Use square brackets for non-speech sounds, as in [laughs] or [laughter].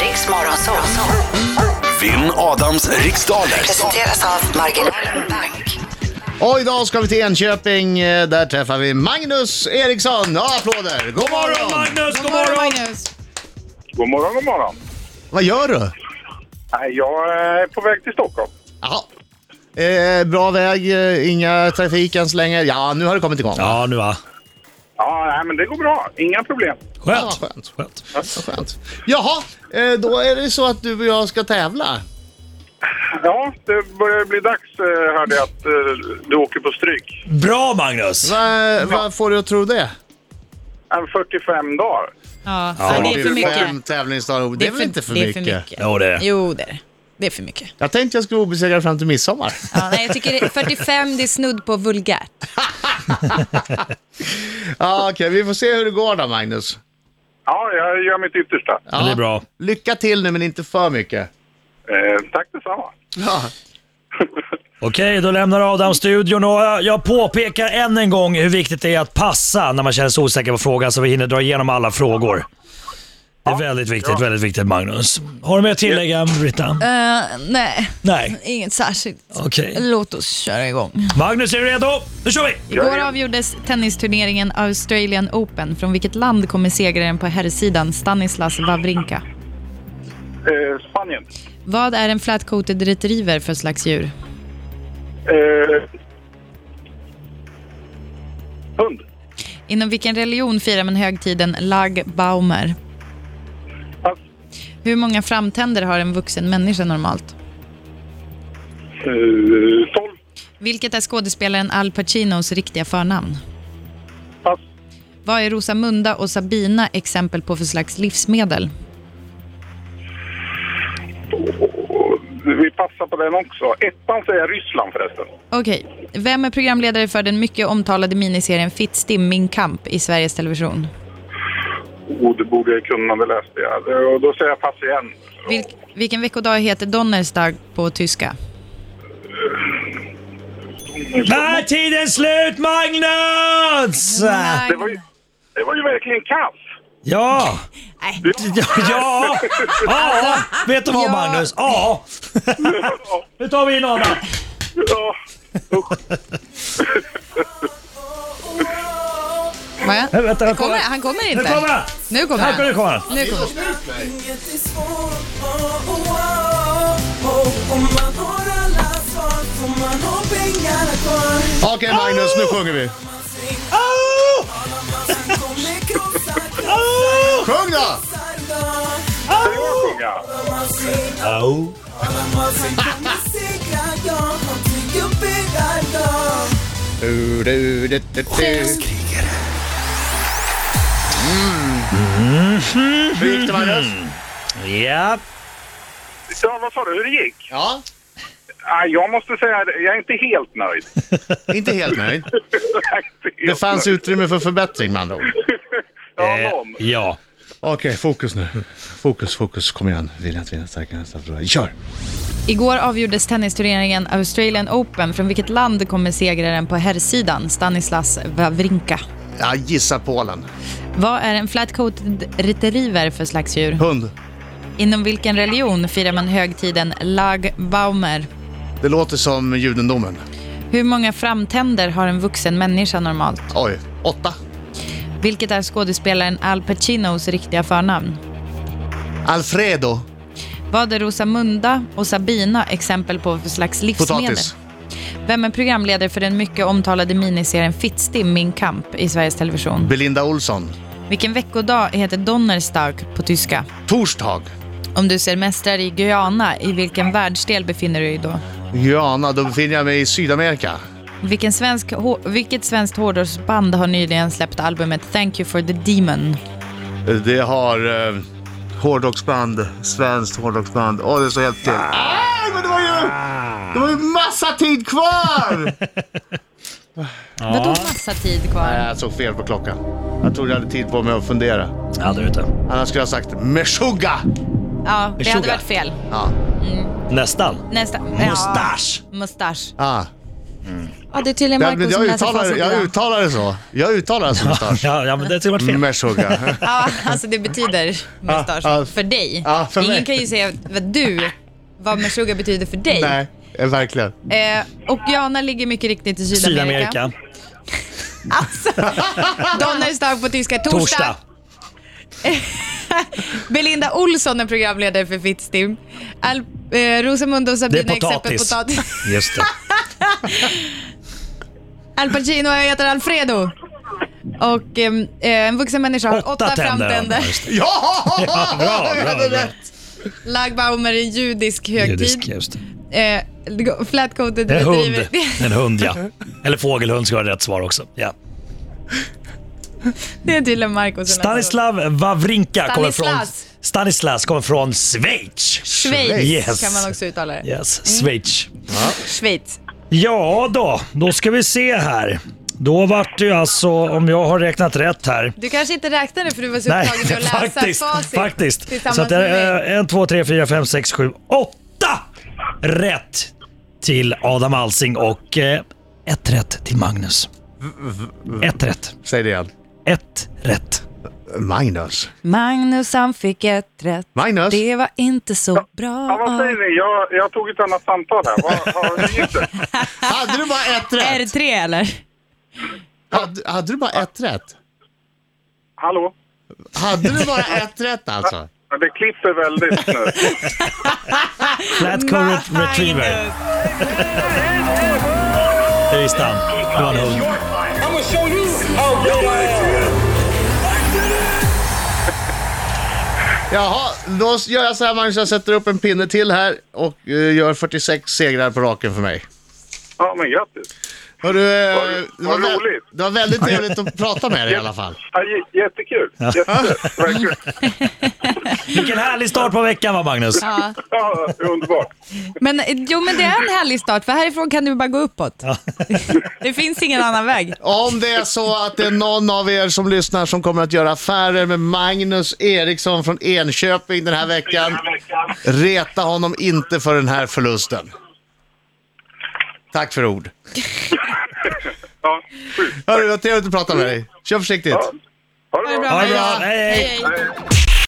Riksmorgonzoo. Vinn Adams riksdaler. Presenteras av Marginalen Bank. Och idag ska vi till Enköping. Eh, Där träffar vi Magnus Eriksson. Ja, applåder! God morgon! Magnus, god morgon! Magnus. God morgon, god morgon. Vad gör du? Nej, Jag är på väg till Stockholm. Jaha. Eh, bra väg, eh, inga trafik än så länge. Ja, nu har det kommit igång. Ja, nu va. Ja, nej, men det går bra. Inga problem. Skönt. Ja, skönt. skönt. Vad skönt. Jaha, eh, då är det så att du och jag ska tävla. Ja, det börjar bli dags eh, hörde jag att eh, du åker på stryk. Bra Magnus! Va- Vad får du att tro det? Eh, 45 dagar. Ja, ja, det är för mycket. Fem tävlingsdagar. Det är väl inte för det är mycket? Jo, det är det. Jo, det är det. Det är för mycket. Jag tänkte jag skulle vara obesegrad fram till midsommar. Ja, nej, jag tycker det, 45, det är snudd på vulgärt. ja, Okej, vi får se hur det går då, Magnus. Ja, jag gör mitt yttersta. Ja, det är bra. Lycka till nu, men inte för mycket. Eh, tack detsamma. Ja. Okej, då lämnar Adam studion och jag- jag påpekar än en gång hur viktigt det är att passa när man känner sig osäker på frågan så vi hinner dra igenom alla frågor. Det är väldigt viktigt, väldigt viktigt Magnus. Har du mer att tillägga Britta? Eh, nej, Nej, inget särskilt. okej. Låt oss köra igång. Magnus, är du redo? Nu kör vi! Igår avgjordes tennisturneringen Australian Open. Från vilket land kommer segraren på herrsidan Stanislas Wawrinka? Eh, Spanien. Vad är en flat-coated retriever för slags djur? Eh, hund. Inom vilken religion firar man högtiden Lag Baumer? Pass. Hur många framtänder har en vuxen människa normalt? Eh, 12. Vilket är skådespelaren Al Pacinos riktiga förnamn? Pass. Vad är Rosamunda och Sabina exempel på för slags livsmedel? Och Vi passar på den också. Ettan säger jag Ryssland förresten. Okej. Vem är programledare för den mycket omtalade miniserien Fittstim, min kamp i Sveriges Television? Oh, det borde jag kunna, det läste jag. Eh, Och då säger jag pass igen. Vilk, vilken veckodag heter Donnerstag på tyska? Där är tiden slut Magnus! Det var ju, det var ju verkligen kass. Ja! Ja, ja, ja, vet du vad Magnus? Ja! [laughs] Nu tar vi in Adam. Ja, Va? Nej, vänta, jag Kommer, kollar. han kommer Nu inte. kommer han! Nu kommer Här han. kommer han! Nu kommer han. Okej Magnus, nu sjunger vi. Åh! Åh! Sjung då! det var sjunga. Åh! Du, du, du, du, du. Mm. Hur gick det Magnus? Ja, Ja, vad sa du, hur det gick? Ja, Ah, jag måste säga, det, jag är inte helt nöjd. inte helt nöjd. Jag är inte [laughs] helt Det fanns nöjd. utrymme för förbättring med andra ord. Ja, eh, någon. ja. Okej, fokus nu. Fokus, fokus. Kom igen. Vilja att vinna starkare nästa fråga. Kör! Igår avgjordes tennisturneringen Australian Open. Från vilket land kommer segraren på herrsidan, Stanislas Wawrinka? Jag gissar Polen. Vad är en flat-coated retriever för slags djur? Hund. Inom vilken religion firar man högtiden Lag Baumer? Det låter som judendomen. Hur många framtänder har en vuxen människa normalt? Oj, åtta. Vilket är skådespelaren Al Pacinos riktiga förnamn? Alfredo. Vad är Rosamunda och Sabina exempel på för slags livsmedel? Potatis. Vem är programledare för den mycket omtalade miniserien Fittstim, min kamp i Sveriges Television? Belinda Olsson. Vilken veckodag heter Donnerstag på tyska? Torsdag. Om du semestrar i Guyana, i vilken världsdel befinner du dig då? Guyana, då befinner jag mig i Sydamerika. Vilken svensk, hå- vilket svenskt hårdrocksband har nyligen släppt albumet Thank you for the demon? Det har eh, hårdrocksband, svenskt hårdrocksband. Åh, det står helt till. Ah, men det var ju... Det var ju massa tid kvar! Vadå massa tid [laughs] Nej, kvar? jag såg fel på klockan. Jag trodde jag hade tid på mig att fundera. Det hade du inte. Annars skulle jag ha sagt Meshuggah! Ja, det hade Sugar. varit fel. Ja. Nästan. Nästa. Ja. Mustasch! Mustasch. Ah. Ja, det är tydligen Jag, Marco jag, som läser uttalar, jag facit. uttalar det så. Jag uttalar det som mustasch. Ja, ja men det tycker jag varit [laughs] fel. [laughs] Meshuggah. Ja, [laughs] alltså det betyder [laughs] mustasch Ja, ja. för dig. Ja, för mig. Ingen kan ju säga vad du, vad meshuggah betyder för [laughs] dig. Nej, eh, verkligen. Eh, Oceana ligger mycket riktigt i Sydamerika. Alltså, Sydamerika. [laughs] Donna är stark på tyska. Torsdag. Torsdag. Belinda Olsson är programledare för Fittstim. Al- eh, Rosamundo Det och Sabina är potatis. potatis. [laughs] Just det. Al Pacino heter Alfredo. Och ehm, eh, en vuxen människa har åtta, Åtta tänder. framtänder. Just det. Ja! [laughs] Ja, bra, [laughs] Jag bra, hade bra. rätt. Lagbaumer är en judisk högtid. Judisk, just det. Eh, Flatcoated En hund. bedriver- En hund, [laughs] ja. Eller fågelhund ska vara rätt svar också. Ja. [laughs] Det är tydligen Marco som Stanislav Wawrinka kommer från, Stanislas. Stanislas kommer från Schweiz. Schweiz Yes. kan man också uttala det. Yes, Schweiz. Schweiz. Ja då, då ska vi se här. Då vart det ju alltså, om jag har räknat rätt här. Du kanske inte räknade för du var så Nej, upptagen med att läsa faktiskt. facit faktiskt. tillsammans Så att eh, det med mig. är 1, 2, 3, 4, 5, 6, 7, 8 rätt till Adam Alsing och eh, ett rätt till Magnus. Ett rätt. Säg det igen. Ett rätt. Magnus. Magnus han fick ett rätt. Magnus. Det var inte så Ja, bra. vad säger ni? Jag, jag tog ett annat samtal här. Vad, vad, hur gick det? Hade du bara ett [laughs] rätt? R3 eller? Hade, hade du bara ett rätt? Hallå? Hade du bara ett rätt alltså? Ja, Det klipper väldigt nu. Flat Current Retriever. Det visste han. Det var en hund. Jaha, då gör jag så här Magnus, jag sätter upp en pinne till här och eh, gör 46 segrar på raken för mig. Ja, men grattis. Hörru, eh, Vad- vad vä- roligt. det var väldigt trevligt att prata med dig i alla fall. Ja, j- jättekul. Jättekul. Verkligen. Vilken härlig start på veckan va Magnus? Ja. Ja, underbart. Men, eh, jo men det är en härlig start för härifrån kan du bara gå uppåt. [laughs] det finns ingen annan väg. Om det är så att det är någon av er som lyssnar som kommer att göra affärer med Magnus Eriksson från Enköping den här veckan, reta honom inte för den här förlusten. Tack för ord. Ja, sjukt. Hörru, det var trevligt att prata med dig. Kör försiktigt. Ja. Ha det bra. Ha det bra. Hej, hej. Hej.